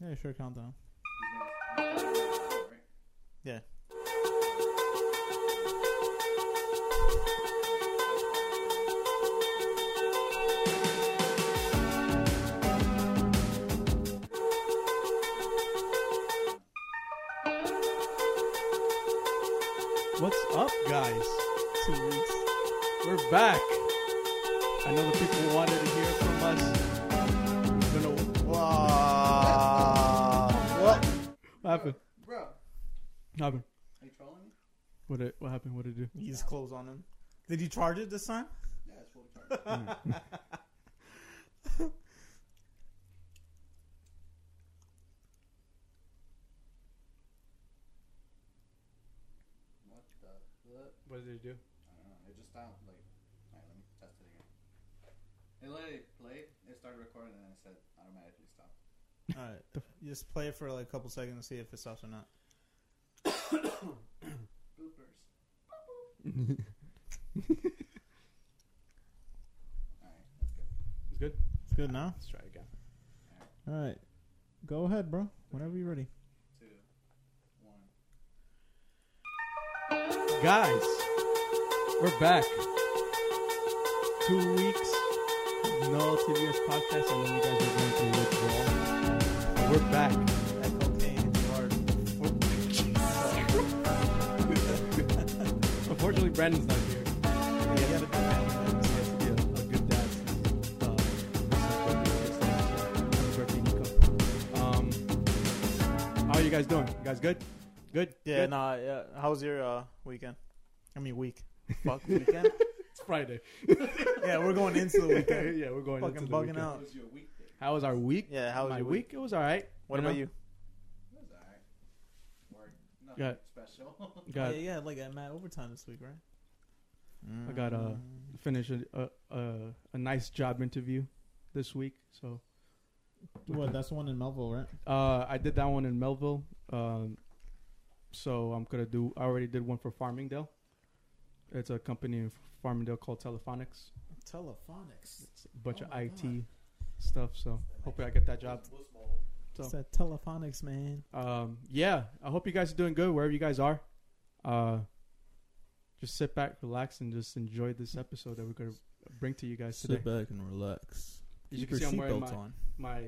Yeah, sure, countdown. Yeah. What's up, guys? Two weeks. We're back. I know the people wanted to hear from us. Don't know What? what happened. Bro, are What happened? you trolling me? What it, what happened? What did it do? He's close on him. Did you charge it this time? Yeah, it's fully charged. what the flip? What did it I do? don't know. It just stopped. Like, alright, let me test it again. It let it play. It started recording and then it said automatically stop. All right. Just play it for like a couple seconds and see if it stops or not. Bloopers. Alright, that's good. It's good. It's good now. Let's try again. All right. Go ahead, bro. Whenever you're ready. Two, one. Guys, we're back. Two weeks. No TBS podcast. I know you guys are going through withdrawal. But We're back. That cocaine is hard. Unfortunately, Brandon's not here. Yeah, you gotta do that. He has to be a, a good dad. since, uh, his son's birthday is next year. Happy birthday, Nico. Um, how are you guys doing? You guys good? Good? Yeah, Good? nah. Yeah. How was your uh, weekend? I mean, week. Fuck weekend. It's Friday. yeah, we're going into the weekend. yeah, we're going Fucking into the bugging weekend. out. It was your weekday. How was our week? Yeah. How was My your week? It was all right. What You about know? you? It was alright. Work. Nothing Got- special. Got yeah, yeah. Like I met overtime this week, right? I got, uh, finished a, a a- a nice job interview this week. So Mm-hmm. What? That's the one in Melville, right? uh, I did that one in Melville. Um, so I'm gonna do. I already did one for Farmingdale. It's a company in Farmingdale called Telephonics. Telephonics. It's a bunch Oh of my IT God. stuff. So hopefully I get that job. It's So that telephonics, man. um, yeah, I hope you guys are doing good wherever you guys are. Uh, just sit back, relax, and just enjoy this episode that we're gonna bring to you guys today. back and relax. As you can see, I'm wearing my, on. my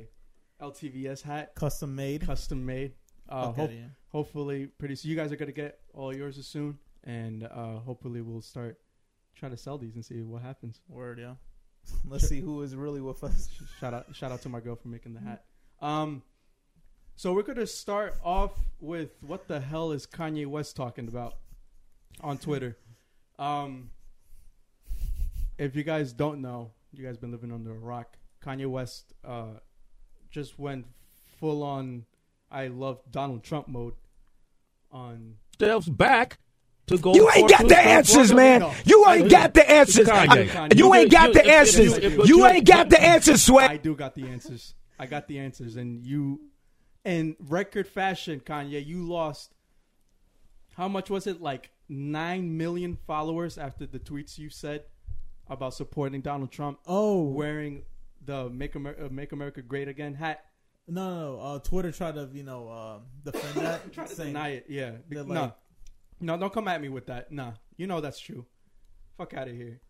LTVS hat, Custom made. custom made. Uh, Fuck hope, outta here. hopefully, pretty soon. You guys are gonna get all yours soon, and uh, hopefully, we'll start try to sell these and see what happens. Word, yeah. Let's see who is really with us. Shout out, shout out to my girl for making the hat. Um, so we're gonna start off with what the hell is Kanye West talking about on Twitter? Um, if you guys don't know, you guys been living under a rock. Kanye West uh, just went full on. I love Donald Trump mode on steps back to go. You ain't for got two the steps answers, forward. man. No. You I ain't do. got the answers, Kanye. Kanye. You ain't got the You- you- answers. you- you- You ain't got the answers, I Swag. do got the answers. I got the answers, and you, in record fashion, Kanye, you lost. How much was it? Like nine million followers after the tweets you said about supporting Donald Trump, Oh, wearing the "Make America, Make America Great Again" hat. no, no, no. Uh, Twitter tried to, you know, uh, defend that. Try to saying- deny it, yeah. Be- They're no, like- no, don't come at me with that. Nah, you know that's true. Fuck out of here.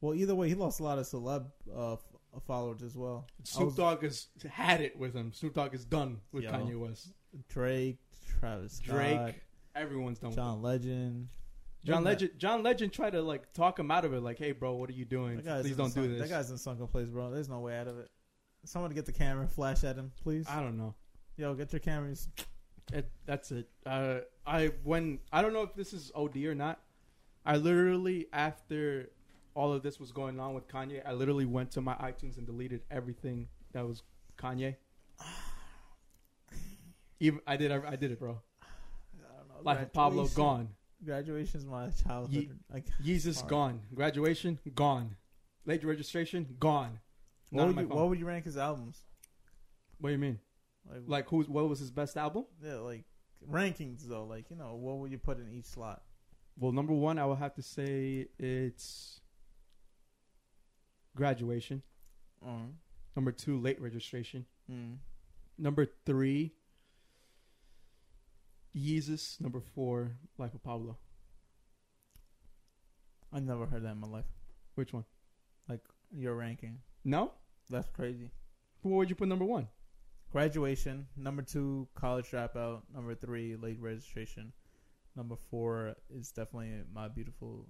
Well, either way, he lost a lot of celeb uh, f- followers as well. I Snoop was- Dogg has had it with him. Snoop Dogg is done with Yo. Kanye West. Drake, Travis Scott, Drake, everyone's done. with him. John Legend. John Look at Legend, John Legend tried to like talk him out of it, like, "Hey, bro, what are you doing? That guy's Please in the don't do sun- this." That guy's in sunken place, bro. There's no way out of it. Someone get the camera, flash at him, please. I don't know. Yo, get your cameras. It, that's it. Uh, I when I don't know if this is OD or not. I literally after all of this was going on with Kanye, I literally went to my iTunes and deleted everything that was Kanye. Even I did. I did it, bro. I don't know. Life of Pablo Graduation- gone. Graduation's my childhood. Like, Yeezus Alright. gone. Graduation gone. Late registration gone. what None of would, my you, what phone. would you rank his albums? what do you mean? Like, Like who's what was his best album? yeah, like rankings though. Like, you know, what would you put in each slot? Well, number one, I would have to say it's graduation. Mm. Mm-hmm. Number two, late registration. Mm. Number three, Yeezus. Number four, Life of Pablo. I never heard that in my life. Which one? Your ranking. No? That's crazy. What would you put number one? Graduation. Number two, college dropout. Number three, late registration. Number four is definitely my beautiful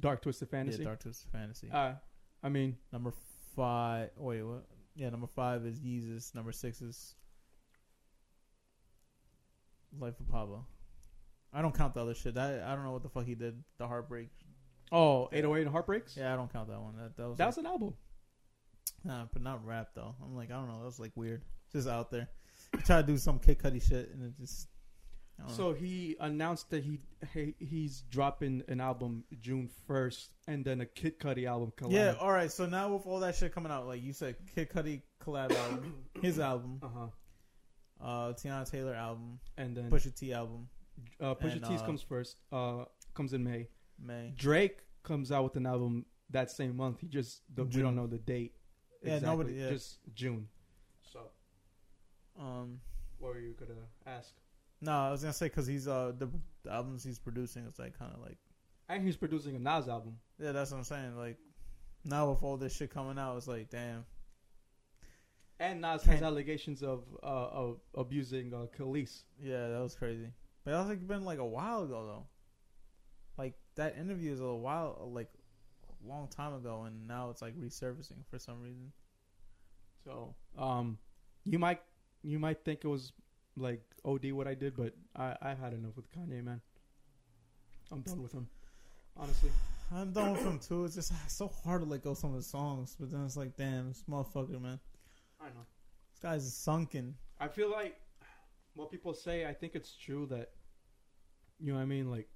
Dark Twisted Fantasy. Yeah, Dark Twisted Fantasy. Uh, I mean, number five. Wait, what? Yeah, number five is Yeezus. Number six is Life of Pablo. I don't count the other shit. That I don't know what the fuck he did. The heartbreak. oh, 808 and Heartbreaks? Yeah, I don't count that one. That that was, That was an album. like- nah, but not rap though. I'm like, I don't know. That was like weird. Just out there. You try to do some Kid Cudi shit and it just. I don't know. So he announced that he, he he's dropping an album June 1st and then a Kid Cudi album collab. Yeah, all right. So now with all that shit coming out, like you said, Kid Cudi collab album, his album, Uh-huh. uh, Tiana Taylor album, And then Pusha T album, uh, Pusha and, T's uh, comes first. Uh, comes in May. May. Drake comes out with an album that same month. He just the, we June. don't know the date. Yeah, nobody- yeah. Just June. So, Um, what were you gonna ask? no, I was gonna say because he's uh the, the albums he's producing is like kind of like And he's producing a Nas album. yeah, that's what I'm saying. Like now with all this shit coming out, it's like damn. And Nas has Can- allegations of uh, of abusing uh, Khalees. Yeah, that was crazy. But that was like been like a while ago though. Like that interview is a while like a long time ago, and now it's like resurfacing for some reason. So, um, you might you might think it was like OD what I did, but I I had enough with Kanye, man. I'm done with him, honestly. I'm done with him too. It's just it's so hard to let go of some of the songs, but then it's like damn, this motherfucker, man, I know. this guy's sunken. I feel like what people say. I think it's true that you know what I mean. Like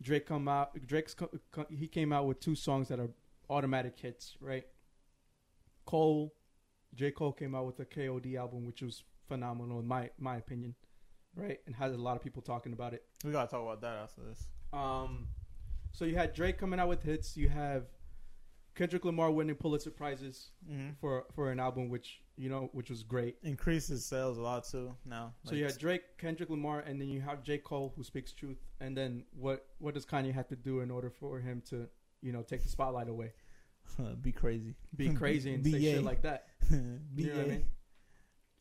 Drake come out. Drake's co- co- he came out with two songs that are automatic hits, right? Cole, J Cole came out with a K.O.D. album, which was phenomenal in my my opinion, right? And had a lot of people talking about it. We gotta talk about that after this. Um, so you had Drake coming out with hits. You have Kendrick Lamar winning Pulitzer prizes Mm-hmm. for for an album, which you know, which was great. Increases sales a lot too now. So you had Drake, Kendrick Lamar, and then you have J. Cole who speaks truth. And then what what does Kanye have to do in order for him to, you know, take the spotlight away? be crazy, Be crazy and Be say yay. shit like that. be You know what I gay. mean?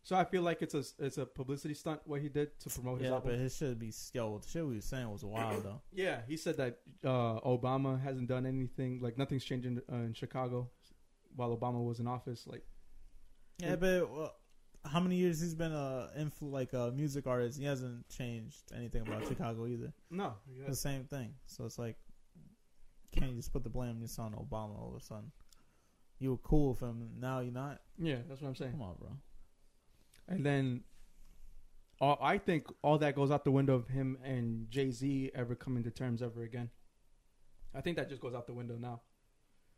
So I feel like it's a it's a publicity stunt what he did to promote his Yeah, album. but his shit be yo. The shit we was saying was wild though. yeah, he said that uh, Obama hasn't done anything, like nothing's changing uh, in Chicago while Obama was in office. Like Yeah, but well, how many years he's been a influ- like a music artist? He hasn't changed anything about Chicago either. no, The same thing. So it's like, can't you just put the blame just on Obama all of a sudden? You were cool with him, now you're not. yeah, that's what I'm saying. Come on, bro. And then all, I think all that goes out the window of him and Jay Z ever coming to terms ever again. I think that just goes out the window now.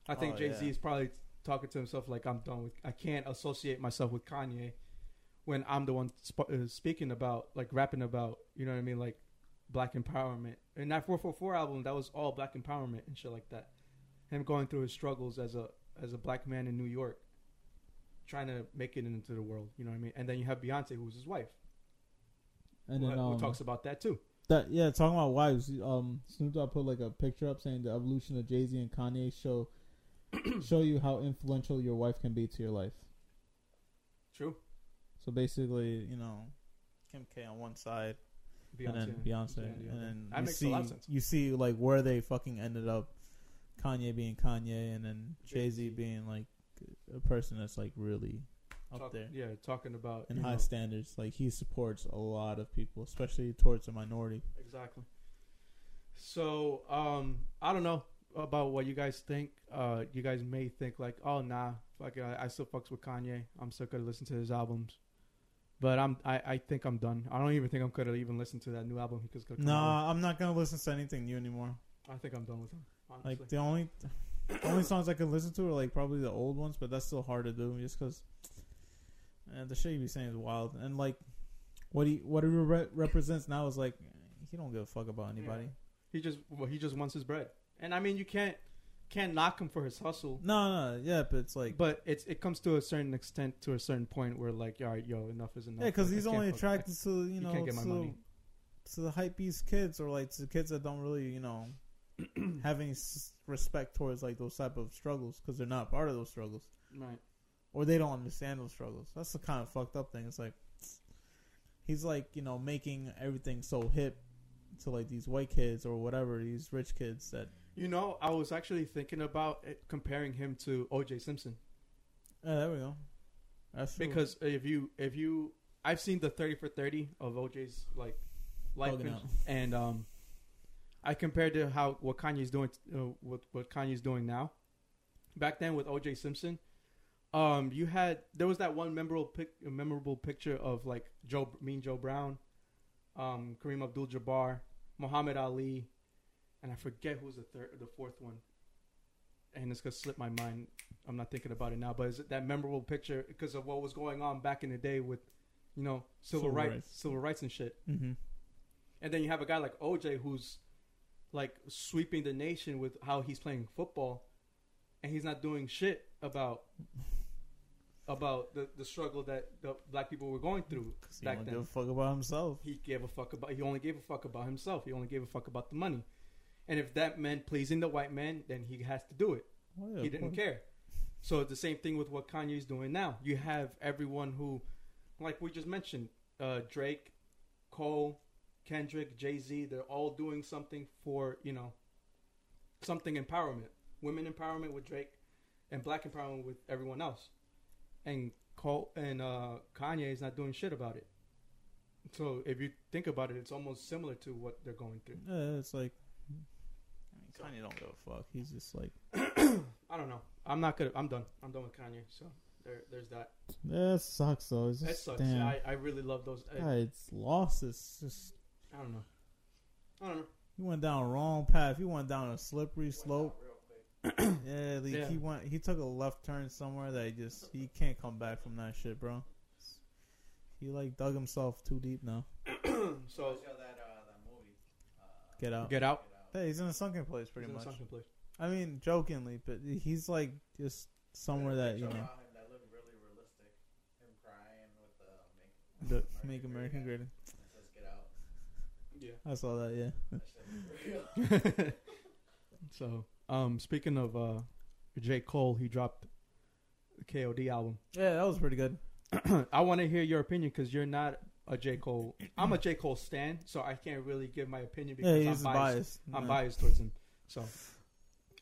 I think Oh, Jay Z yeah. is probably talking to himself like, I'm done with, I can't associate myself with Kanye when I'm the one sp- uh, speaking about, like rapping about, you know what I mean? Like black empowerment. And that 444 album, that was all black empowerment and shit like that. Him going through his struggles as a, as a black man in New York trying to make it into the world. You know what I mean? And then you have Beyonce, who's his wife, And who, then who um, talks about that too. that yeah, talking about wives. Um, Snoop Dogg put like a picture up saying the evolution of Jay Z and Kanye show show you how influential your wife can be to your life. True. So basically, You know, Kim K on one side, Beyonce, and then Beyonce, yeah, and yeah. then That you makes see, a lot of sense. You see, like where they fucking ended up. Kanye being Kanye, and then Jay Z Jay-Z. being like a person that's like really up Talk- there Yeah, talking about and you high know, standards. Like he supports a lot of people, especially towards the minority. exactly. So um, I don't know about what you guys think. Uh, you guys may think like, oh nah, fuck it, I, I still fucks with Kanye. I'm still gonna listen to his albums. But I'm I, I think I'm done. I don't even think I'm gonna even listen to that new album because it's gonna come out. Nah, I'm not gonna listen to anything new anymore. I think I'm done with him. Honestly. Like the only, the only songs I can listen to are like probably the old ones, but that's still hard to do just because the shit you be saying is wild. And like, what he what he re- represents now is like he don't give a fuck about anybody. He just well, he just wants his bread. And I mean, you can't can't knock him for his hustle. No, no, yeah, but it's like, But it's it comes to a certain extent to a certain point where like, all right, yo, enough is enough. yeah, because Like, I he's can't only fuck- attracted to you You know can't get my to, money. to the hype beast kids or like to kids that don't really you know have any s- respect towards like those type of struggles because they're not part of those struggles Right. or they don't understand those struggles. That's the kind of fucked up thing. It's like he's like you know making everything so hip to like these white kids or whatever these rich kids that You know, I was actually thinking about it, comparing him to O.J. Simpson Yeah, there we go. That's true. because if you if you I've seen the thirty for thirty of O.J.'s like life Bugging and- out. and um, I compared to how what Kanye's doing uh, what what Kanye's doing now. Back then with O.J. Simpson, um, you had there was that one memorable pic, memorable picture of like Joe Mean Joe Brown, um, Kareem Abdul-Jabbar, Muhammad Ali, and I forget who was the third the fourth one. And it's gonna slip my mind. I'm not thinking about it now, but is it that memorable picture because of what was going on back in the day with, you know, civil, Civil rights, rights. civil rights and shit. hmm And then you have a guy like OJ who's like sweeping the nation with how he's playing football and he's not doing shit about about the, the struggle that the black people were going through he back don't then. give a fuck about himself. He gave a fuck about he only gave a fuck about himself. He only gave a fuck about the money. And if that meant pleasing the white man, then he has to do it Well, Oh, yeah, he of course. didn't care. So it's the same thing with what Kanye's doing now. You have everyone who, like we just mentioned, uh, Drake, Cole, Kendrick, Jay Z. They're all doing something for you know, something empowerment, women empowerment with Drake, and black empowerment with everyone else. And Cole and uh, Kanye is not doing shit about it. So if you think about it, it's almost similar to what they're going through. Yeah, it's like I mean, Kanye don't give a fuck. He's just like, I don't know. I'm not gonna. I'm done. I'm done with Kanye. So there, there's that. That sucks though. It's That just, sucks. Damn. I, I really love those. I, God, it's lost. It's just I don't know. I don't know. he went down a wrong path. He went down a slippery slope. yeah, like Yeah. he went. He took a left turn somewhere that he just he can't come back from that shit, bro. He like dug himself too deep now. Mm, Show So that, uh, that movie. Uh, Get out. get out. Hey, he's in a sunken place, pretty He's in a much. sunken place. I mean, jokingly, but he's like just somewhere that you know, Him, that looked really realistic. Him crying with the make, the make America great. again. It says get out. I saw that. Yeah. That shit looked real. Yeah. so um, speaking of uh, J Cole, he dropped the K.O.D. album. Yeah, that was pretty good. I want to hear your opinion because you're not a J Cole. I'm a J Cole stan, so I can't really give my opinion Yeah, because he's I'm biased. biased. I'm Yeah. biased towards him. So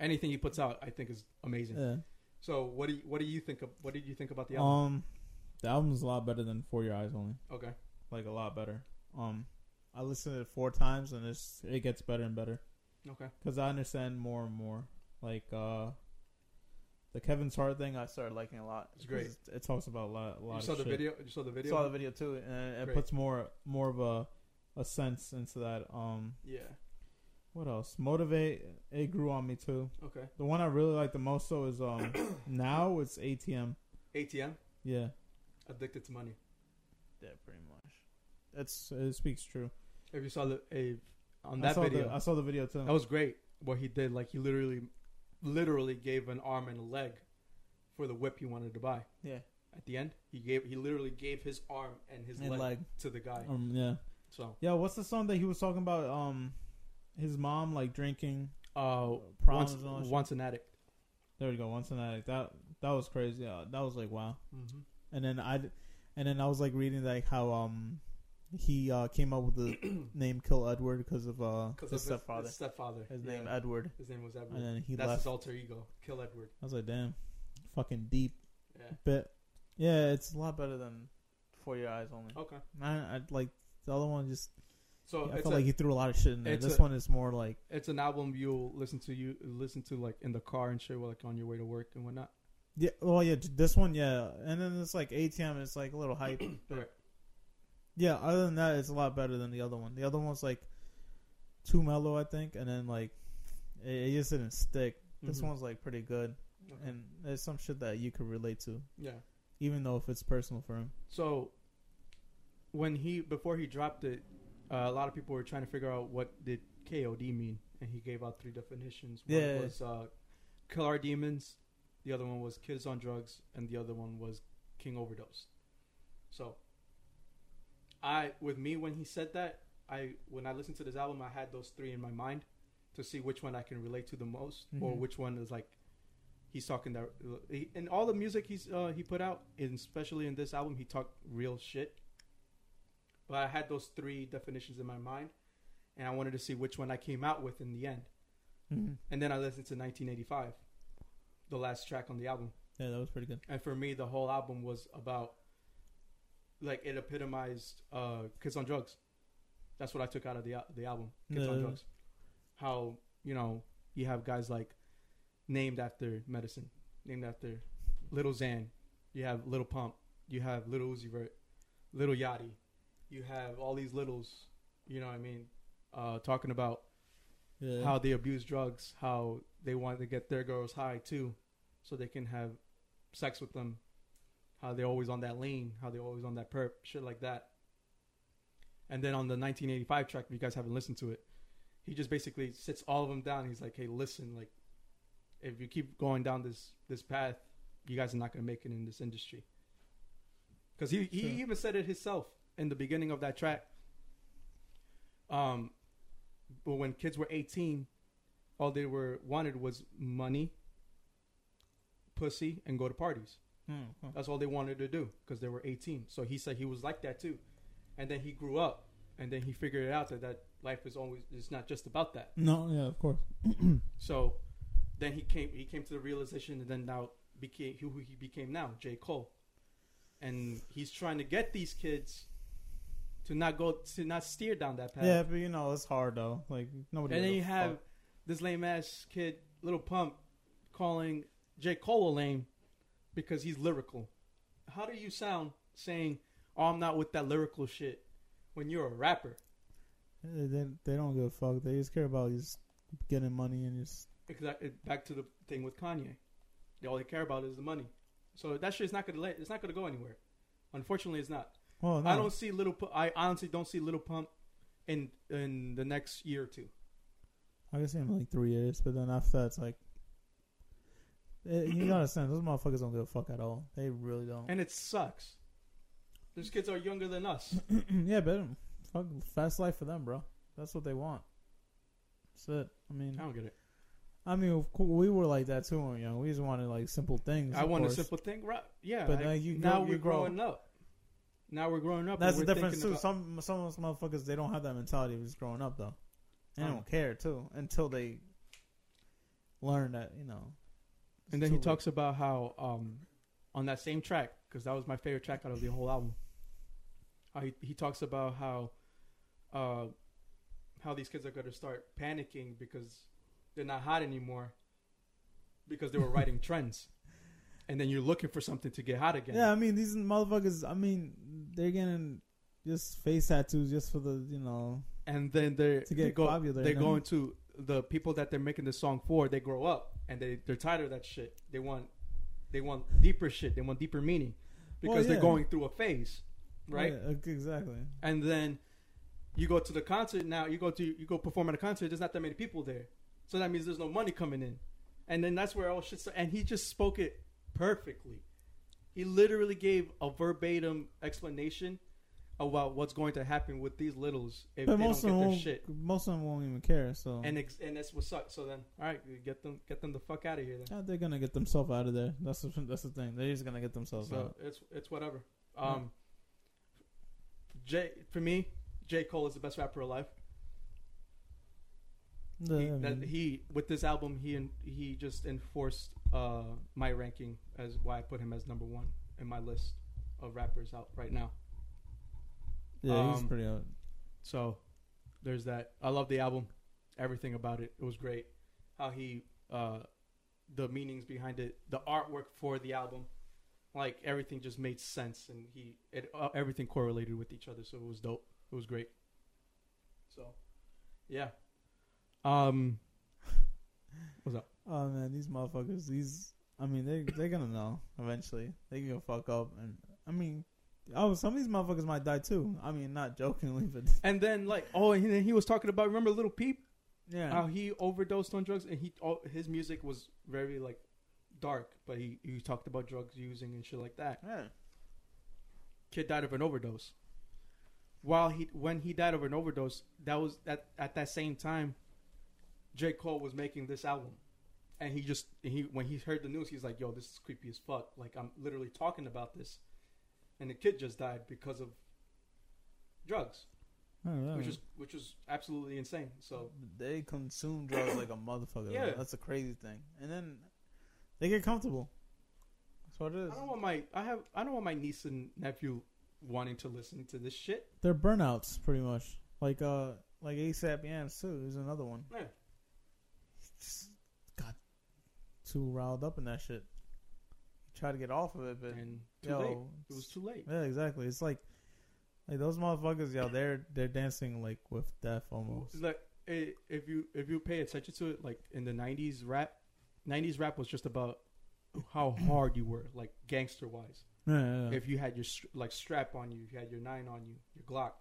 anything he puts out, I think is amazing. Yeah. So what do you, what do you think? Of, what did you think about the album? Um, the album's a lot better than For Your Eyes Only. okay. Like a lot better. Um, I listened to it four times and it's it gets better and better Okay. because I understand more and more. Like uh, the Kevin's Hart thing, I started liking a lot. It's great. 'Cause It talks about a lot. A lot You of saw the shit. video. You saw the video. Saw the video too, and it Great. puts more more of a a sense into that. Um, Yeah. what else? Motivate. It grew on me too. Okay. The one I really like the most though is um now it's ATM. ATM Yeah. addicted to money. Yeah, pretty much. It's it speaks true. If you saw the if, on I that saw video, the, I saw the video too. that was great. What he did, like he literally, literally gave an arm and a leg for the whip he wanted to buy. Yeah. At the end, he gave he literally gave his arm and his And leg, leg. to the guy. Um, yeah, So, yeah. What's the song that he was talking about? Um, his mom like drinking. uh, Problems once and all that shit. once an addict. There we go. Once an addict. That that was crazy. Yeah, that was like wow. Mm-hmm. And then I, and then I was like reading like how um he uh came up with the name Kill Edward because of uh his, stepfather. His stepfather. his Yeah. name Edward. His name was And Edward. then he That's left. his alter ego. Kill Edward. I was like, damn, fucking deep. Yeah. But yeah, it's a lot better than For Your Eyes Only. Okay. Man, I like the other one. Just I So Oh. it's felt a- like he threw a lot of shit in there. it's This a- one is more like. it's an album you'll listen to you listen to like in the car and shit, like on your way to work and whatnot. Yeah, well, yeah, j- this one, yeah, and then it's like ATM. It's like a little hype. Right. yeah, other than that, it's a lot better than the other one. The other one's like too mellow, I think, and then like it, it just didn't stick. This Mhm. one's like pretty good, Okay. and there's some shit that you could relate to, yeah. even though if it's personal for him. So when he before he dropped it, uh, a lot of people were trying to figure out what did KOD mean, and he gave out three definitions. One Yeah. was uh, Kill Our Demons. The other one was Kids on Drugs, and the other one was King Overdose. So, I with me when he said that, I when I listened to this album, I had those three in my mind to see which one I can relate to the most, or Mhm. which one is like he's talking that. He, and all the music he's uh, he put out, and especially in this album, he talked real shit. But I had those three definitions in my mind, and I wanted to see which one I came out with in the end. And then I listened to 1985, the last track on the album. Yeah, that was pretty good. And for me, the whole album was about, like, it epitomized uh, Kids on Drugs. That's what I took out of the, al- the album, Kids on Yeah. Drugs. How, you know, you have guys like named after medicine, named after Little Xan. You have Little Pump. You have Little Uzi Vert. Little Yachty. You have all these littles, you know what I mean, uh, talking about Yeah. how they abuse drugs, how they want to get their girls high too, so they can have sex with them, how they're always on that lane, how they're always on that perp, shit like that. And then on the 1985 track, if you guys haven't listened to it, he just basically sits all of them down. He's like, "Hey, listen, like, if you keep going down this this path, you guys are not gonna make it in this industry." Because he he Sure. even said it himself in the beginning of that track. Um, but when kids were 18, all they were wanted was money, pussy, and go to parties. Hmm, huh. That's all they wanted to do because they were 18. So he said he was like that too, and then he grew up, and then he figured out that that life is always it's not just about that. No, yeah, of course. So then he came he came to the realization and then now became who he became now, J. Cole. And he's trying to get these kids to not go to not steer down that path. Yeah, but you know it's hard though. Like nobody. and then gives a you have fuck. this lame ass kid, little pump, calling J. Cole a lame because he's lyrical. How do you sound saying, Oh, I'm not with that lyrical shit when you're a rapper? Yeah, They, they don't give a fuck. They just care about just getting money and just. Exactly. Back to the thing with Kanye. They all they care about is the money. So that shit's not gonna let, it's not gonna go anywhere. Unfortunately, it's not. Well, no. I don't see little. Pu- I honestly don't see little pump in in the next year or two. I can see him in like three years, but then after that, it's like. It, you gotta understand, those motherfuckers don't give a fuck at all. They really don't. And it sucks. Those kids are younger than us. yeah, but fuck, fast life for them, bro. That's what they want. That's it. I I mean, don't get it. I mean, of course, we were like that too when we were young. We just wanted like simple things. I of want a course. simple thing, right? Yeah. But I- now you now grow- you we're grow. growing up. Now we're growing up. That's and the we're difference too. thinking about- Some some of those motherfuckers they don't have that mentality of just growing up though. They Oh. don't care too until they learn that you know. it's and then he too late. talks about how um, on that same track, because that was my favorite track out of the whole album. How he, he talks about how uh, how these kids are going to start panicking because they're not hot anymore because they were writing trends, and then you're looking for something to get hot again. Yeah, I mean these motherfuckers. I mean they're getting just face tattoos just for the you know. and then they're To get they go, popular, they're you know? going to the people that they're making this song for. They grow up and they they're tired of that shit. They want they want deeper shit. They want deeper meaning because Well, they're yeah. Oh, going through a phase, right? Yeah, ex- exactly. And then you go to the concert now. You go to you go perform at a concert. There's not that many people there, so that means there's no money coming in. And then that's where all shit. sta- And he just spoke it perfectly. He literally gave a verbatim explanation about what's going to happen with these littles if But they most of don't them get their won't, shit most of them won't even care. So and ex- and that's what sucks. So then, all right, you get them, get them the fuck out of here. Then, Yeah, they're gonna get themselves out of there. That's the, that's the thing. They're just gonna get themselves so out. it's it's whatever. Um, J for me, J Cole is the best rapper alive. Yeah, he, I that, mean, he with this album, he en- he just enforced uh my ranking as why I put him as number one in my list of rappers out right now. yeah, he's um, pretty out. So there's that. I love the album, everything about it. It was great. How he, uh, the meanings behind it, the artwork for the album, like everything just made sense, and he, it, uh, everything correlated with each other. So it was dope. It was great. So, yeah. Um, Oh man, these motherfuckers. These, I mean, they they're gonna know eventually. They can go fuck up, and I mean, oh, some of these motherfuckers might die too. I mean, not jokingly, but and then like, oh, and then he was talking about remember Little Peep. Yeah. how he overdosed on drugs and he all, his music was very like dark, but he he talked about drugs using and shit like that. yeah. Kid died of an overdose. While he when he died of an overdose, that was at at that same time, J Cole was making this album, and he just he when he heard the news, he's like, "Yo, this is creepy as fuck." Like I'm literally talking about this, and the kid just died because of drugs, I don't know. which is which was absolutely insane. So they consume drugs like a motherfucker. Yeah. Yeah. That's a crazy thing. And then they get comfortable. That's what it is. I don't want my I have I don't want my niece and nephew wanting to listen to this shit. They're burnouts, pretty much. Like uh, like ASAP Yams too. There's another one. Yeah. Just got too riled up in that shit. Try to get off of it, but And too yo, late. It was too late. yeah, exactly. It's like, like those motherfuckers, yo. They're they're dancing like with death almost. Like i- if you if you pay attention to it, like in the '90s rap, '90s rap was just about how hard you were, like gangster wise. Yeah, yeah, yeah. If you had your str- like strap on you, if you had your nine on you, your Glock,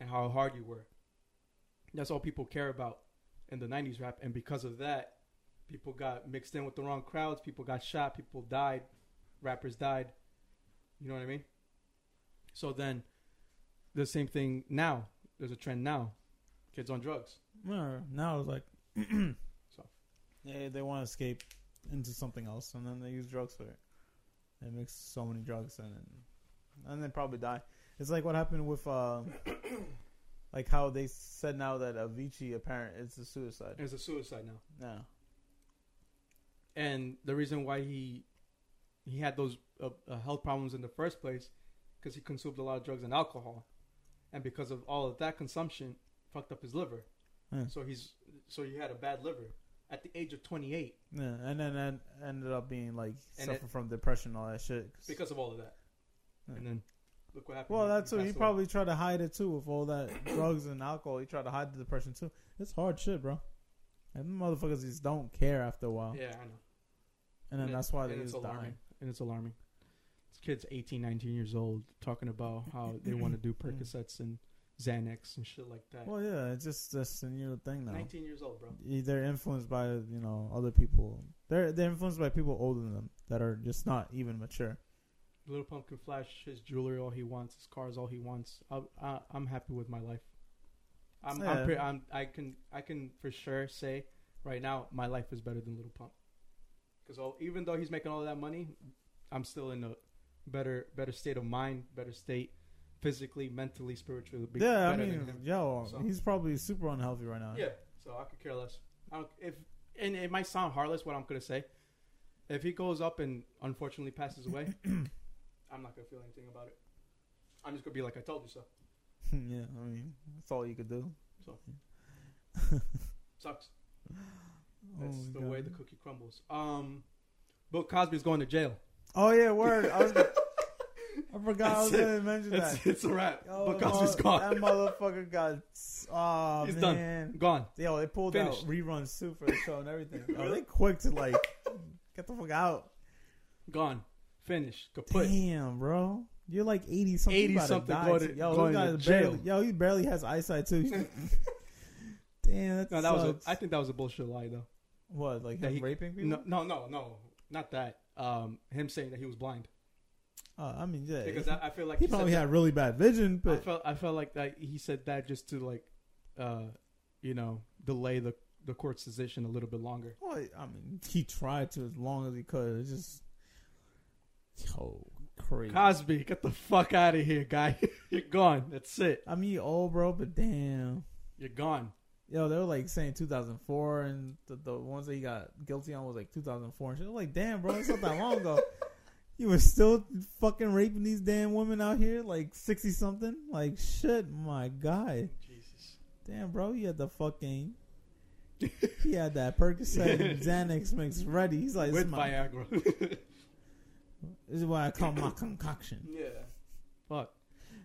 and how hard you were. That's all people care about in the '90s rap, and because of that, people got mixed in with the wrong crowds. People got shot. People died. Rappers died. You know what I mean? So then, the same thing now. There's a trend now. Kids on drugs. Yeah, Now it's like, So. yeah, they want to escape into something else, and then they use drugs for it. They mix so many drugs in, and and they probably die. It's like what happened with, uh, like how they said now that Avicii apparent it's a suicide. It's a suicide now. Yeah, And the reason why he he had those uh, uh, health problems in the first place because he consumed a lot of drugs and alcohol, and because of all of that consumption, fucked up his liver. Hmm. So he's so he had a bad liver at the age of 28 yeah, and then and ended up being like And suffering from depression, and all that shit. 'Cause- because of all of that. Hmm. And then look what happened. well, that's what passed he away. probably tried to hide it too with all that drugs and alcohol. He tried to hide the depression too. It's hard shit, bro. And motherfuckers just don't care after a while. Yeah, I know. And then it- that's why they and just dying. And it's alarming. This kid's 18, 19 years old talking about how they want to do Percocets and Xanax and shit like that. Well, yeah, it's just that's a new thing now. E, 19 years old, bro. They're influenced by you know other people. They're they're influenced by people older than them that are just not even mature. Little Pump can flash his jewelry all he wants, his cars all he wants. I, I, I'm happy with my life. I'm, I'm, Yeah. pre- I'm I can I can for sure say right now my life is better than Little Pump because even though he's making all of that money, I'm still in a better better state of mind, better state physically, mentally, spiritually. be- yeah, I better than mean, him. yo, So- he's probably super unhealthy right now. Yeah, so I could care less. I don't if and it might sound heartless what I'm gonna say. If he goes up and unfortunately passes away, I'm not gonna feel anything about it. I'm just gonna be like I told you so. yeah. I mean, that's all you could do. Sucks. Oh That's my the God. way the cookie crumbles. Um, Bill Cosby's going to jail. Oh yeah, word. I, was, I forgot I was That's it. gonna mention that. It's, it's a wrap. Yo, Bill Cosby's that- gone. That motherfucker got. Oh He's done. man. Gone. Yo, they pulled Finished. out reruns too for the show and everything. Yo, they quick to like get the fuck out. Gone. Finished. Kaput. Damn, bro. You're like 80 something. 80 80 something something. going to- yo, going he to got jail. Barely, yo, he barely has eyesight, too. Damn, that, No, that was. sucks. A, I think that was a bullshit lie though. What, like that him he- raping people? No, no, no, no, not that. Um, him saying that he was blind Uh, I mean, yeah. because I, I feel like he said probably that- had really bad vision, I but. felt I felt like that he said that just to like, uh, you know, delay the the court's decision a little bit longer. Well, I mean, he tried to as long as he could. It's just. Yo, crazy. Cosby, get the fuck out of here, guy. You're gone. That's it. I mean, you old, bro, but damn. You're gone. Yo, they were like saying 2004, and the, the ones that he got guilty on was like 2004 and shit. I was like, damn, bro, it's not that long ago. You were still fucking raping these damn women out here, like 60 something. Like, shit, my guy. Jesus. Damn, bro, he had the fucking. He had that Percocet and Xanax mix ready. He's like, this With is, my, Viagra. this is what I call my concoction. yeah. Fuck.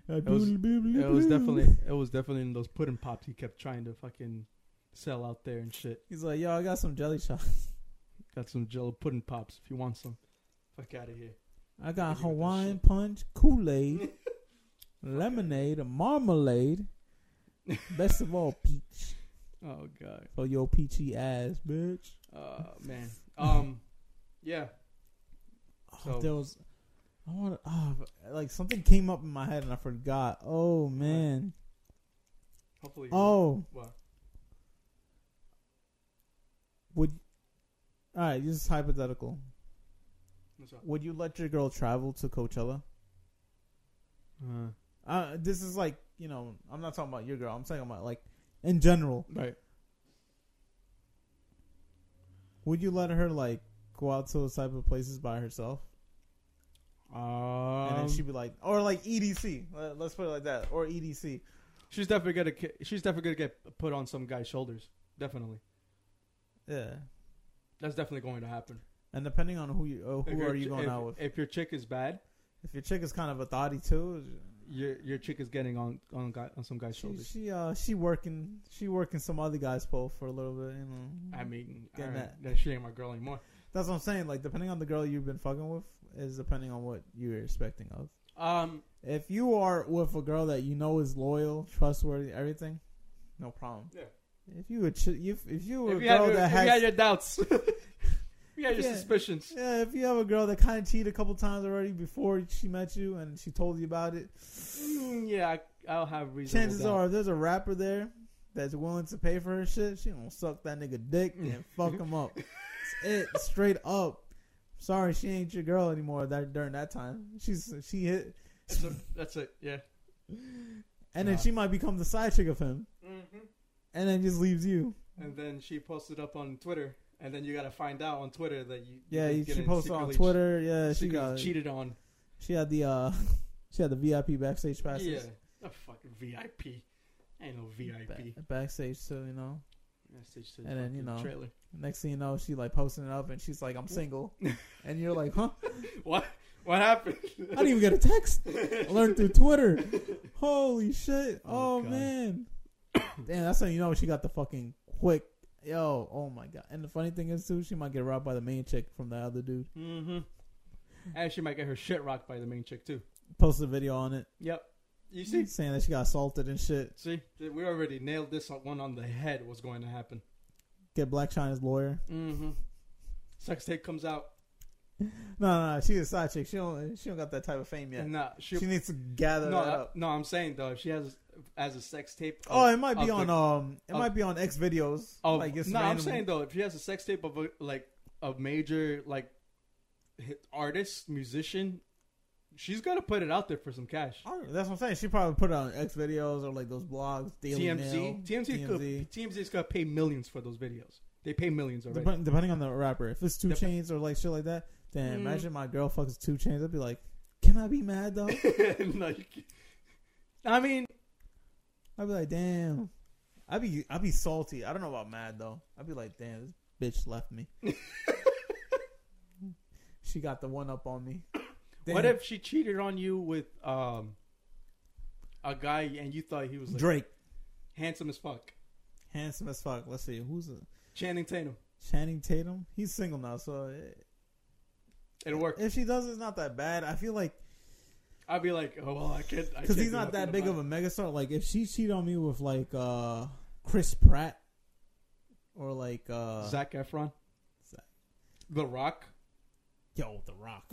It was- It was definitely it was definitely in those pudding pops he kept trying to fucking sell out there and shit. He's like, yo, I got some jelly shots. Got some jello pudding pops if you want some. Fuck out of here. I got Give me that Hawaiian shit. punch, Kool Aid, lemonade, and marmalade. Best of all, peach. Oh god. Oh, yo, peachy ass, bitch. Uh man. Um yeah. So- oh, there was. I want to. Oh, like something came up in my head and I forgot. Oh man. Hopefully Oh, well, would. All right, this is hypothetical. what's up? Would you let your girl travel to Coachella? Uh, Uh, this is like you know. I'm not talking about your girl. I'm talking about like in general. right. Would you let her like go out to those type of places by herself? Um, And then she'd be like, or like EDC. Let- Let's put it like that, or E EDC. she's definitely gonna ki- she's definitely gonna get put on some guy's shoulders. Definitely, Yeah. that's definitely going to happen. And depending on who you, uh, If who your are you ch- going if, out with? If your chick is bad, If your chick is kind of a thotty too, your your chick is getting on on guy, on some guy's she shoulders. she uh she working she working some other guy's pole for a little bit, you know. I mean, Getting alright, that. that she ain't my girl anymore. That's what I'm saying. Like depending on the girl you've been fucking with is depending on what you're expecting of. Um, If you are with a girl that you know is loyal, trustworthy, everything, no problem. Yeah. If you a ch- if if you were if a you, had girl your, that if has you had your doubts, if you had your Yeah. suspicions. Yeah, if you have a girl that kind of cheated a couple times already before she met you and she told you about it, mm, yeah, I, I'll have reasons. chances are if there's a rapper there that's willing to pay for her shit, she gonna suck that nigga dick and fuck him up. It's it straight up. Sorry, she ain't your girl anymore. That during that time, she's she hit, that's it. That's it, Yeah. and then she might become the side chick of him, Mm-hmm. and then just leaves you. And then she posted up on Twitter, and then you gotta find out on Twitter that you Yeah, you you- get she in posted on secretly- Twitter. Yeah, Uh, she secretly got cheated on. she had the uh she had the VIP backstage passes. Yeah, a fucking VIP. Ain't no VIP. Ba- backstage, so you know. Message to And then, you fucking know. trailer. Next thing you know, she like posting it up, and she's like, "I'm single," and you're like, "Huh? What? What happened? I didn't even get a text. I learned through Twitter. Holy shit! Oh, Oh, God. man, damn, that's how you know she got the fucking quick. Yo, oh my god! And the funny thing is too, she might get robbed by the main chick from the other dude. mm-hmm. And she might get her shit rocked by the main chick too. Post a video on it, Yep. You see, saying that she got assaulted and shit. see, we already nailed this one on the head. What's going to happen? Get Black China's lawyer. Mm-hmm. Sex tape comes out, No, no, no, she's a side chick. She don't, she don't got that type of fame yet. and uh, she, She needs to gather no, that I- up. no, I'm saying though, if she has as a sex tape. of- Oh, it might be of on the- um, it of- might be on X videos. Oh, like it's no, I'm random- saying though, if she has a sex tape of a, like a major like hit artist, musician, she's gonna put it out there for some cash. Oh, that's what I'm saying. She probably put it on X videos or like those blogs, Daily TMZ, Mail, TMZ, could, TMZ's gonna pay millions for those videos. They pay millions already. Dep- depending on the rapper, if it's Two Dep- Chains or like shit like that, then Mm. imagine my girl fucks Two Chains. I'd be like, can I be mad though? I'd No, you can't. I mean, be like, damn. I'd be I'd be salty. I don't know about mad though. I'd be like, damn, this bitch left me. she got the one up on me. what Damn. if she cheated on you with um a guy and you thought he was like, Drake, handsome as fuck, handsome as fuck? Let's see, who's it? Channing Tatum? Channing Tatum? He's single now, so it, It'll work. if she does, it's not that bad. I feel like I'd be like, oh well, I can't because he's not that big of a megastar. Like if she cheated on me with like uh Chris Pratt or like uh Zach Efron, Zac. The Rock. yo The Rock,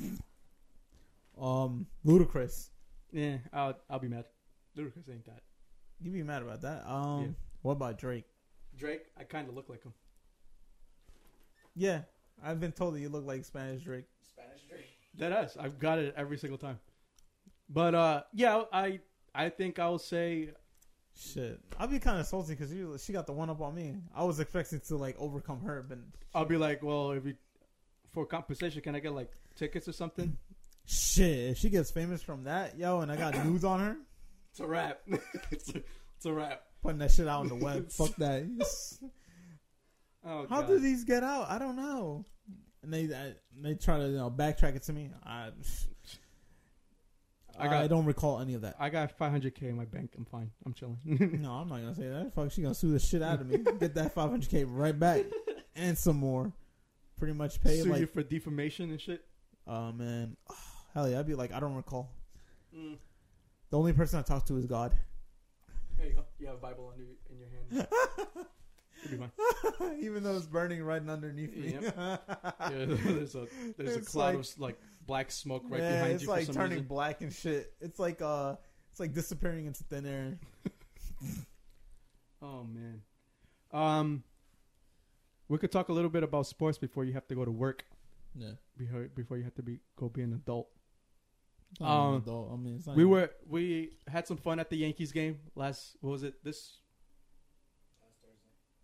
um Ludacris, Yeah, I'll, I'll be mad. Ludacris ain't that. you'd be mad about that. Um, Yeah. what about Drake? Drake, I kind of look like him. Yeah, I've been told that you look like Spanish Drake. Spanish drink. That is. I've got it every single time. But uh, yeah, I I think I'll say Shit, I'd be kind of salty because she got the one up on me. I was expecting to like overcome her, but I'll be like, well, if you for compensation, can I get like tickets or something? shit, if she gets famous from that, yo, and I got nudes on her, It's a wrap. it's, a, it's a wrap. putting that shit out on the web. Fuck that. Oh, How God. do these get out? I don't know. And they I, they try to you know backtrack it to me. I I I, got- don't recall any of that. I got 500k in my bank. I'm fine. I'm chilling. No, I'm not gonna say that. Fuck, she gonna sue the shit out of me. Get that 500k right back and some more. Pretty much pay Sue you like, for defamation and shit. oh man, hell yeah. I'd be like, I don't recall. Mm, The only person I talk to is God. there you go. You have a Bible under your, in your hand. be fine. Even though it's burning right underneath me. Yep. Yeah, there's a there's It's a cloud like- of s- like black smoke right yeah, behind it's you. like for some turning Reason. black and shit. It's like uh, it's like disappearing into thin air. Oh man. Um, we could talk a little bit about sports before you have to go to work. Yeah. Before before you have to be go be an adult. It's not even Um, adult. I mean, it's Oh, not We even- were we had some fun at the Yankees game last. What was it? This it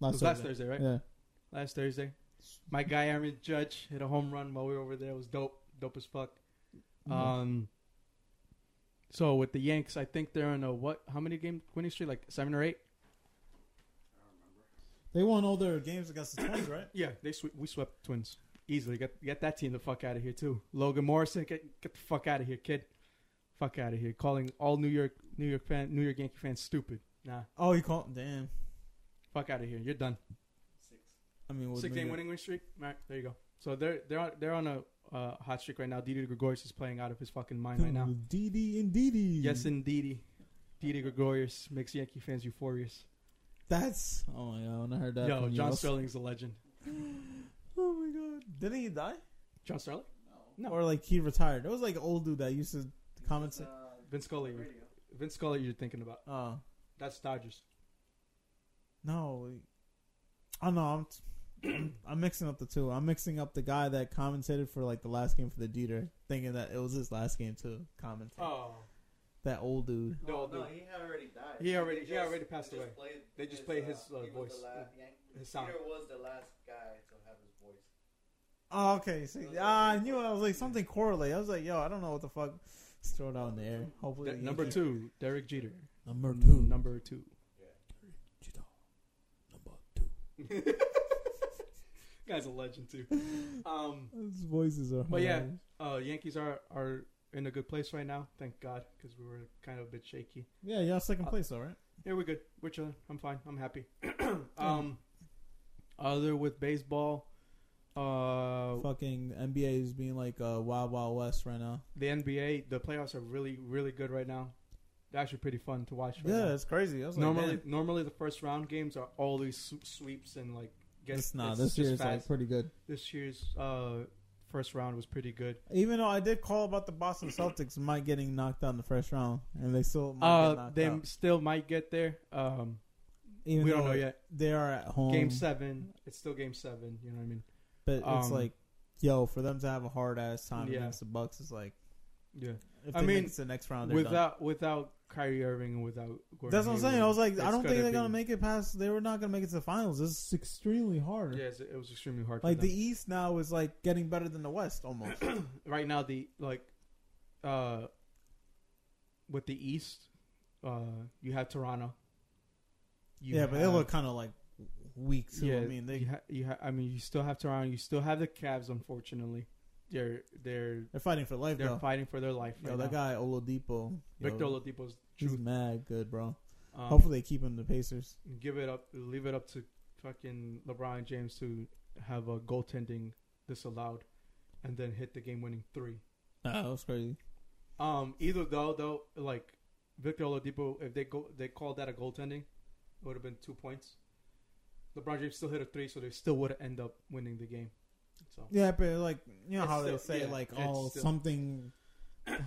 last was last Thursday. Thursday, right? Yeah. Last Thursday. My guy Aaron Judge hit a home run while we were over there. It was dope, dope as fuck. Mm-hmm. Um. So with the Yanks, I think they're on a what? How many game winning streak? Like seven or eight? They won all Their their. games against the Twins, right? Yeah, they swe- we swept Twins easily. Get get that team the fuck out of here too. Logan Morrison, get get the fuck out of here, kid. Fuck out of here. Calling all New York New York fan New York Yankee fans stupid. Nah, Oh, you called. Damn. fuck out of here. You're done. Six. I mean, with Six me, game but- winning win streak. All right, there you go. So they're they're on, they're on a uh, hot streak right now. Didi Gregorius is playing out of his fucking mind right now. DD and DD. Yes, indeedy. Didi Gregorius makes Yankee fans euphorious. That's. Oh my god! When I heard that, Yo, from you, I John was- Sterling's a legend. Oh my god! Didn't he die? John Sterling, No. No. Or like he retired? It was like an old dude that used to comment. It's, se- uh, Vince Scully, radio. Vince Scully, you're thinking about. Uh, That's Dodgers. no. Oh no, I'm, I'm I'm mixing up the two. I'm mixing up the guy that commentated for like the last game for the Dieter, thinking that it was his last game to commentate. Oh, That old dude. No, Oh, No, dude. no, he had already died. He already- They he already passed they just away. played They just played his, uh, he was voice, The last, his sound. Peter was the last guy to have his voice. Oh, okay. See, ah, I knew I was like something correlate. I was like, yo, I don't know what the fuck. Just throw it out in the air. Hopefully, Th- the number Yankees- two, Derek Jeter. Number two. Number two. Number two. Guy's a legend too. Um, His voices are. but yeah, horrible. uh, Yankees are are in a good place right now. Thank God, because we were kind of a bit shaky. Yeah, y'all second Uh, place, though, right? Yeah, we're good. We're chilling. I'm fine. I'm happy. um, other with baseball, uh, Fucking NBA is being like uh, Wild Wild West right now. the NBA, the playoffs are really really good right now. They're actually pretty fun to watch. Right Yeah, now. it's crazy. I was like, normally damn. normally the first round games are all these sw- sweeps and like get- It's not. it's This year just is like fast. pretty good. this year's uh, first round was pretty good. even though I did call about the Boston Celtics might getting knocked out in the first round, and they still might get Uh, knocked they out. still might get there. Um, Even we don't though know yet. They are at home, Game seven. It's still game seven. You know what I mean? but it's um, like, yo, for them to have a hard ass time Yeah. against the Bucks is like, Yeah. if I they mean, make it to the next round, Oh, they're done. Without without Kyrie Irving and without Gordon That's what I'm saying. I was like, I it's don't think they're gonna be- make it past. They were not gonna make it to the finals. This is It's extremely hard. Yeah, it's- it was extremely hard. like for the E them. East now is like getting better than the West almost. right now the like, uh, with the East, uh, you have Toronto. You yeah, but they have- look kind of like weak too. I mean, you they ha- you ha- I mean, you still have Toronto. You still have the Cavs. Unfortunately, they're they're they're fighting for life they're though. fighting for their life. Yo, right that now. guy Oladipo, Victor yo, Oladipo's he's truth. mad good, bro. Um, Hopefully they keep him the Pacers. give it up, leave it up to fucking LeBron James to have a goaltending disallowed, and then hit the game-winning three. Nah, that was crazy. Um, either though, though, like Victor Oladipo, if they go, they called that a goaltending, it would have been two points. LeBron James still hit a three, so they still would end up winning the game. So Yeah, but like you know It's how they still- say yeah, like it's oh still- something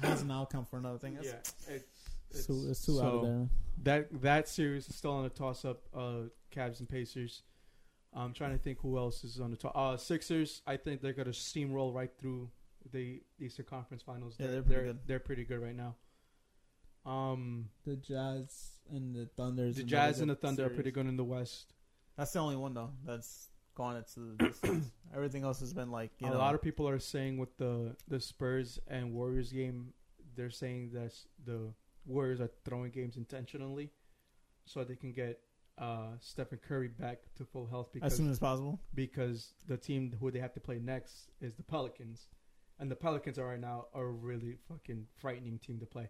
has an outcome for another thing. That's, yeah, it's, It's, too, it's too out of so- there. That that series is still on a toss up. Uh, Cavs and Pacers. I'm trying to think who else is on the top. Uh, Sixers. I think they're gonna steamroll right through the Eastern Conference Finals. Yeah, they're pretty they're, good. They're pretty good right now. Um, The Jazz and the Thunders. the Jazz and the Thunder are pretty good in the West. That's the only one though that's gone into the distance. Everything else has been like you a know, lot of people are saying with the the Spurs and Warriors game, they're saying that s- the Warriors are throwing games intentionally, so they can get uh, Stephen Curry back to full health as because soon as possible. because the team who they have to play next is the Pelicans, and the Pelicans are right now a really fucking frightening team to play.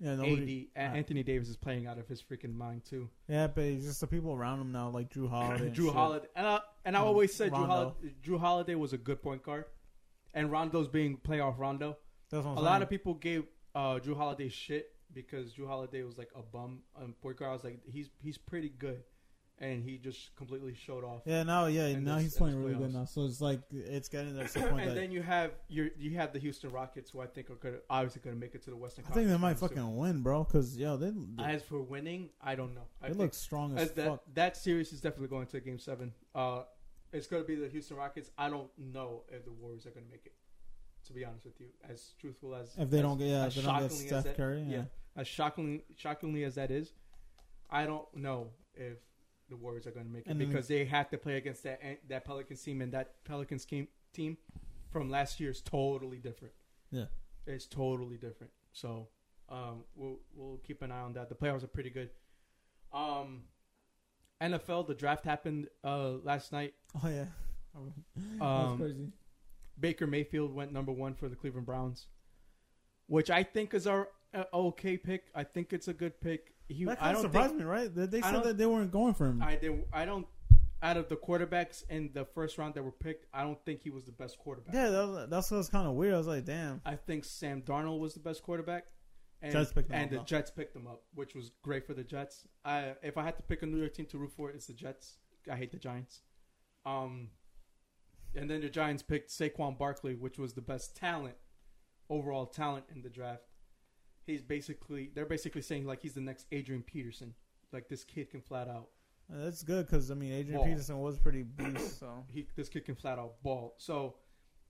Yeah, nobody, AD, A- Anthony Davis is playing out of his freaking mind too. Yeah, but it's just the people around him now, like Drew Holiday. and Drew shit. Holiday, and I, and I Um, always said Drew Rondo. Holiday, Drew Holiday was a good point guard, and Rondo's being playoff Rondo. That's what I'm A saying. lot of people gave uh, Drew Holiday shit because Drew Holiday was like a bum on point guard. I was like, he's he's pretty good, and he just completely showed off. Yeah, now yeah, And now this- he's and playing this really good playoffs. now. So it's like it's getting to the point and that then you have your you have the Houston Rockets, who I think are gonna, obviously going to make it to the Western. I think they Conference might Finals, fucking win, bro. Because yo, they too. they, As for winning, I don't know. I they think- look strong as as that fuck. that series is definitely going to Game Seven. Uh, it's going to be the Houston Rockets. I don't know if the Warriors are going to make it. To be honest with you, as truthful as If they as- don't get yeah, as if they don't get shockingly as Steph that- Curry, yeah. as shockingly shockingly as that is, I don't know if the Warriors are going to make it And then- because they have to play against that that Pelicans team and that Pelicans team team from last year is totally different. Yeah. it's totally different. So um, we'll we'll keep an eye on that. The playoffs are pretty good. Um, NFL the draft happened uh, last night. Oh yeah, That's Um, crazy. Baker Mayfield went number one for the Cleveland Browns, which I think is our uh, okay pick. I think it's a good pick. He, that I kind of don't surprised think, me, right? That they I said don't- that they weren't going for him. I they, I don't. Out of the quarterbacks in the first round that were picked, I don't think he was the best quarterback. yeah, that, was- that's what was kind of weird. I was like, damn. I think Sam Darnold was the best quarterback, and, Jets picked him and up, the though. Jets picked him up, which was great for the Jets. I, if I had to pick a New York team to root for, it's the Jets. I hate the Giants. Um, and then the Giants picked Saquon Barkley, which was the best talent, overall talent in the draft. He's basically they're basically saying like he's the next Adrian Peterson. Like this kid can flat out That's good because I mean Adrian Ball. Peterson was pretty beast. So he this kid can flat out ball. So,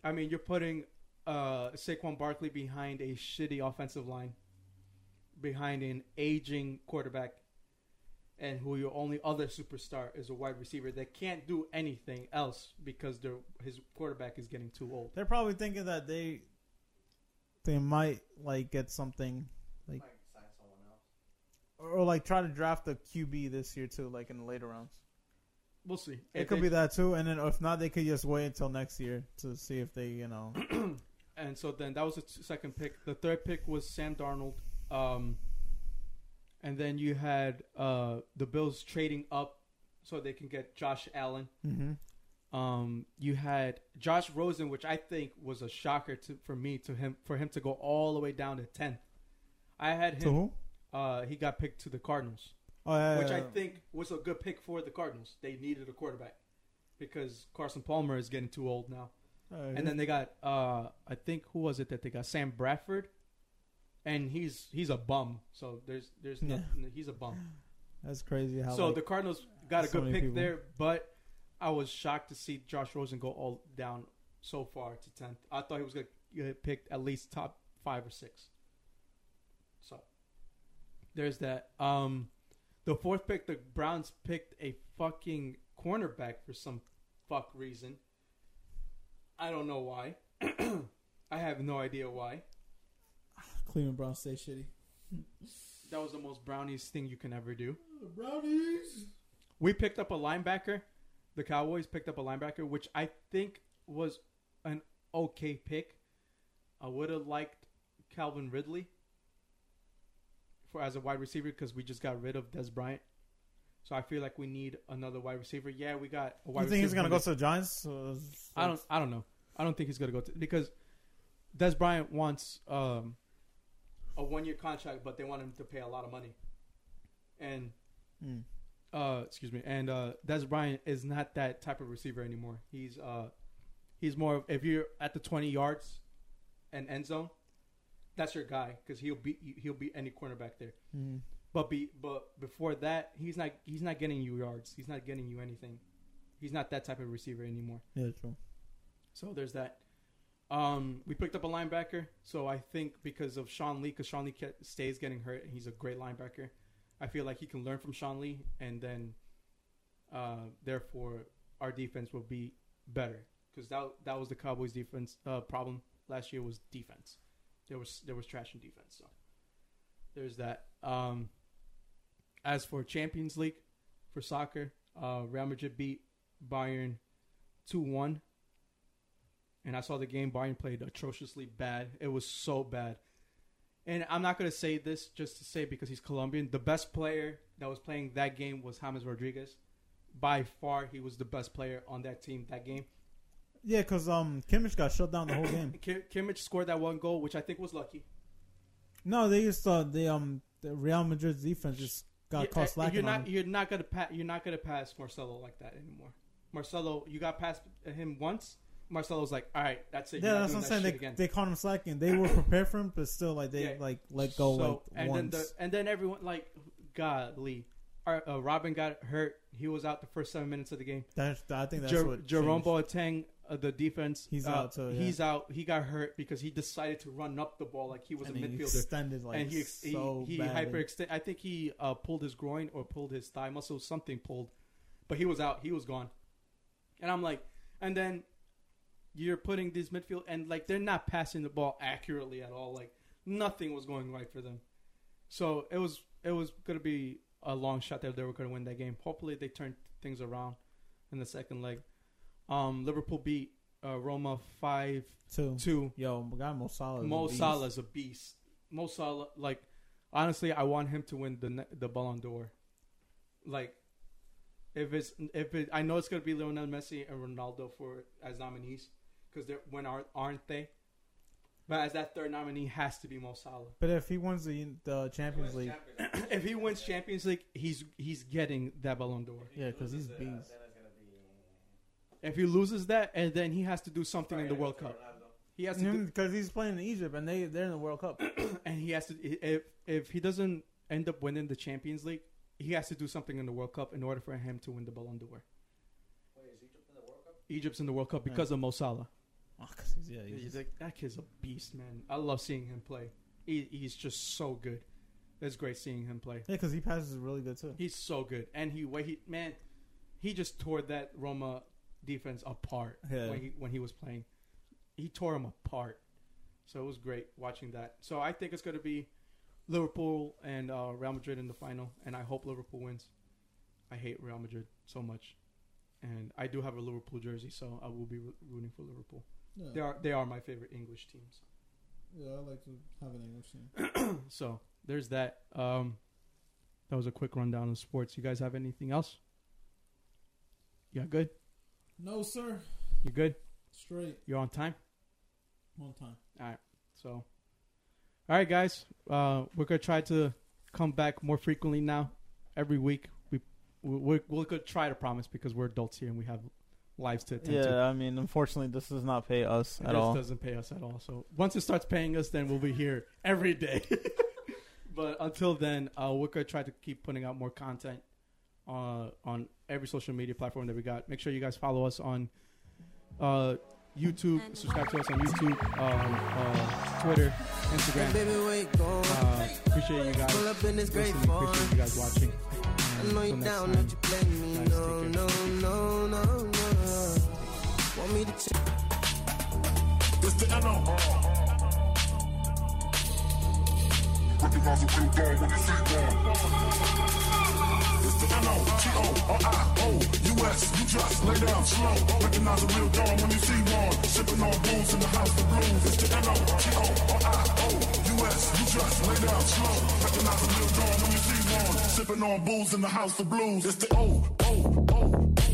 I mean, you're putting uh, Saquon Barkley behind a shitty offensive line, behind an aging quarterback, and who your only other superstar is a wide receiver that can't do anything else because their his quarterback is getting too old. they're probably thinking that they they might like get something like Like, sign someone else. or, or like try to draft a QB this year too, like in the later rounds. We'll see. It could be that too, and then if not, they could just wait until next year to see if they, you know, And so then that was the t- second pick. The third pick was Sam Darnold. Um, and then you had uh, the Bills trading up so they can get Josh Allen. mm-hmm. Um, you had Josh Rosen, which I think was a shocker to, for me to him for him to go all the way down to tenth. I had to him. who? Uh, he got picked to the Cardinals, Oh, yeah, which yeah, I yeah. think was a good pick for the Cardinals. They needed a quarterback because Carson Palmer is getting too old now. Oh, yeah. And then they got uh, I think who was it that they got Sam Bradford, and he's he's a bum. So there's there's Yeah. nothing. He's a bum. that's crazy how So like, the Cardinals got a so good many pick people. there, but I was shocked to see Josh Rosen go all down so far to tenth. I thought he was going to get picked at least top five or six. So there's that. Um, the fourth pick, the Browns picked a fucking cornerback for some fuck reason. I don't know why. I have no idea why. Cleveland Browns stay shitty. That was the most brownies thing you can ever do. Brownies. We picked up a linebacker. The Cowboys picked up a linebacker, which I think was an okay pick. I would have liked Calvin Ridley for as a wide receiver because we just got rid of Des Bryant. So I feel like we need another wide receiver. Yeah, we got a wide you think he's receiver gonna from go the- to the Giants? Or is- I don't. I don't know. I don't think he's gonna go to because Des Bryant wants um, a one year contract, but they want him to pay a lot of money. And Mm. uh, excuse me. And uh, Des Bryant is not that type of receiver anymore. He's uh, he's more of if you're at the twenty yards and end zone, that's your guy because he'll beat you- he'll beat any cornerback there. Mhm. But be but before that, he's not he's not getting you yards. He's not getting you anything. He's not that type of receiver anymore. Yeah, true. So there's that. Um, we picked up a linebacker, so I think because of Sean Lee, because Sean Lee ke- stays getting hurt, and he's a great linebacker. I feel like he can learn from Sean Lee, and then, uh, therefore, our defense will be better because that that was the Cowboys' defense uh, problem last year was defense. There was there was trash in defense, so there's that. Um, as for Champions League for soccer, uh, Real Madrid beat Bayern two one and I saw the game Bayern played atrociously bad. It was so bad. And I'm not going to say this just to say because he's Colombian. The best player that was playing that game was James Rodriguez. By far, he was the best player on that team that game. Yeah, because um, Kimmich got shut down the whole game. Kim- Kimmich scored that one goal, which I think was lucky. No, they just uh, they um, the Real Madrid's defense just got caught uh, slacking You're on not. him. You're not gonna. Pa- you're not gonna pass Marcelo like that anymore. Marcelo, you got past him once. Marcelo's like, all right, that's it. You're yeah, not that's doing what I'm saying. that They, shit again. they caught him slacking. They were prepared for him, but still, like they Yeah. like let go So, like and once. then the, and then everyone like, golly, Our- uh, Robin got hurt. He was out the first seven minutes of the game. That's- I think that's Jer- what Jerome changed. Boateng, uh, the defense, He's uh, out too, yeah. He's out. He got hurt because he decided to run up the ball like he was and a he midfielder. extended like and he ex- so he, he badly. hyperextend. I think he uh, pulled his groin or pulled his thigh muscle, something pulled, but he was out. He was gone, and I'm like, and then you're putting these midfield and like they're not passing the ball accurately at all. Like nothing was going right for them, so it was it was gonna be a long shot that they were gonna win that game. Hopefully they turned things around in the second leg. Um, Liverpool beat uh, Roma five too. two. Yo, my guy Mo Salah. is a Mo beast. Salah's a beast. Mo Salah, like honestly, I want him to win the ne- the Ballon d'Or. Like, if it's if it, I know it's gonna be Lionel Messi and Ronaldo for as nominees because they're when aren't aren't they? But as that third nominee has to be Mo Salah. But if he wins the the Champions League, if he wins Champions League, he's he's getting that Ballon d'Or. yeah, because he's Uh, beast. then it's gonna be If he loses that, and then he has to do something in the Probably World gonna go Cup. for Ronaldo. He has to do, Because he's playing in Egypt and they they're in the World Cup. and he has to if if he doesn't end up winning the Champions League, he has to do something in the World Cup in order for him to win the Ballon d'Or. Wait, is Egypt in the World Cup? Egypt's in the World Cup because of Mo Salah. Oh, 'cause he's, yeah, he's, He's like that kid's a beast, man. I love seeing him play. He, he's just so good. It's great seeing him play. yeah, because he passes really good too. He's so good, and he way he man, he just tore that Roma defense apart Yeah. when he when he was playing. He tore him apart, so it was great watching that. So I think it's going to be Liverpool and uh, Real Madrid in the final, and I hope Liverpool wins. I hate Real Madrid so much, and I do have a Liverpool jersey, so I will be roo- rooting for Liverpool. Yeah, They are they are my favorite English teams. yeah, I like to have an English name. So there's that. Um, that was a quick rundown of sports. You guys have anything else? Yeah, good. No, sir. You good? Straight You're on time. one time. So, all right, guys. Uh, we're gonna try to come back more frequently now. Every week, we we- we're, we're gonna try to promise because we're adults here and we have lives to attend to. I mean, unfortunately, this does not pay us This doesn't pay us at all. So once it starts paying us, then we'll be here every day. but until then, uh, we're gonna try to keep putting out more content uh, on every social media platform that we got. Make sure you guys follow us on uh, YouTube. Subscribe to us on YouTube, um, uh, Twitter, Instagram. Baby, where you going? Uh, appreciate you Pull guys up in this great listening. form. Appreciate you guys watching. I know you Till next down, time. don't you blame me. No, Guys, take no, no, no, no. Want me to check? It's the NO. Recognize the real dog when you see one. It's the NO, T-O-R-I-O-U-S. You just lay down slow. Recognize the real dog when you see one. Sipping on booze in the house of blues. It's the NO, T-O-R-I-O-U-S. You just lay down slow. Recognize the real dog when you see one. Sipping on booze in the house of blues. It's the O, O, O, O. Uh,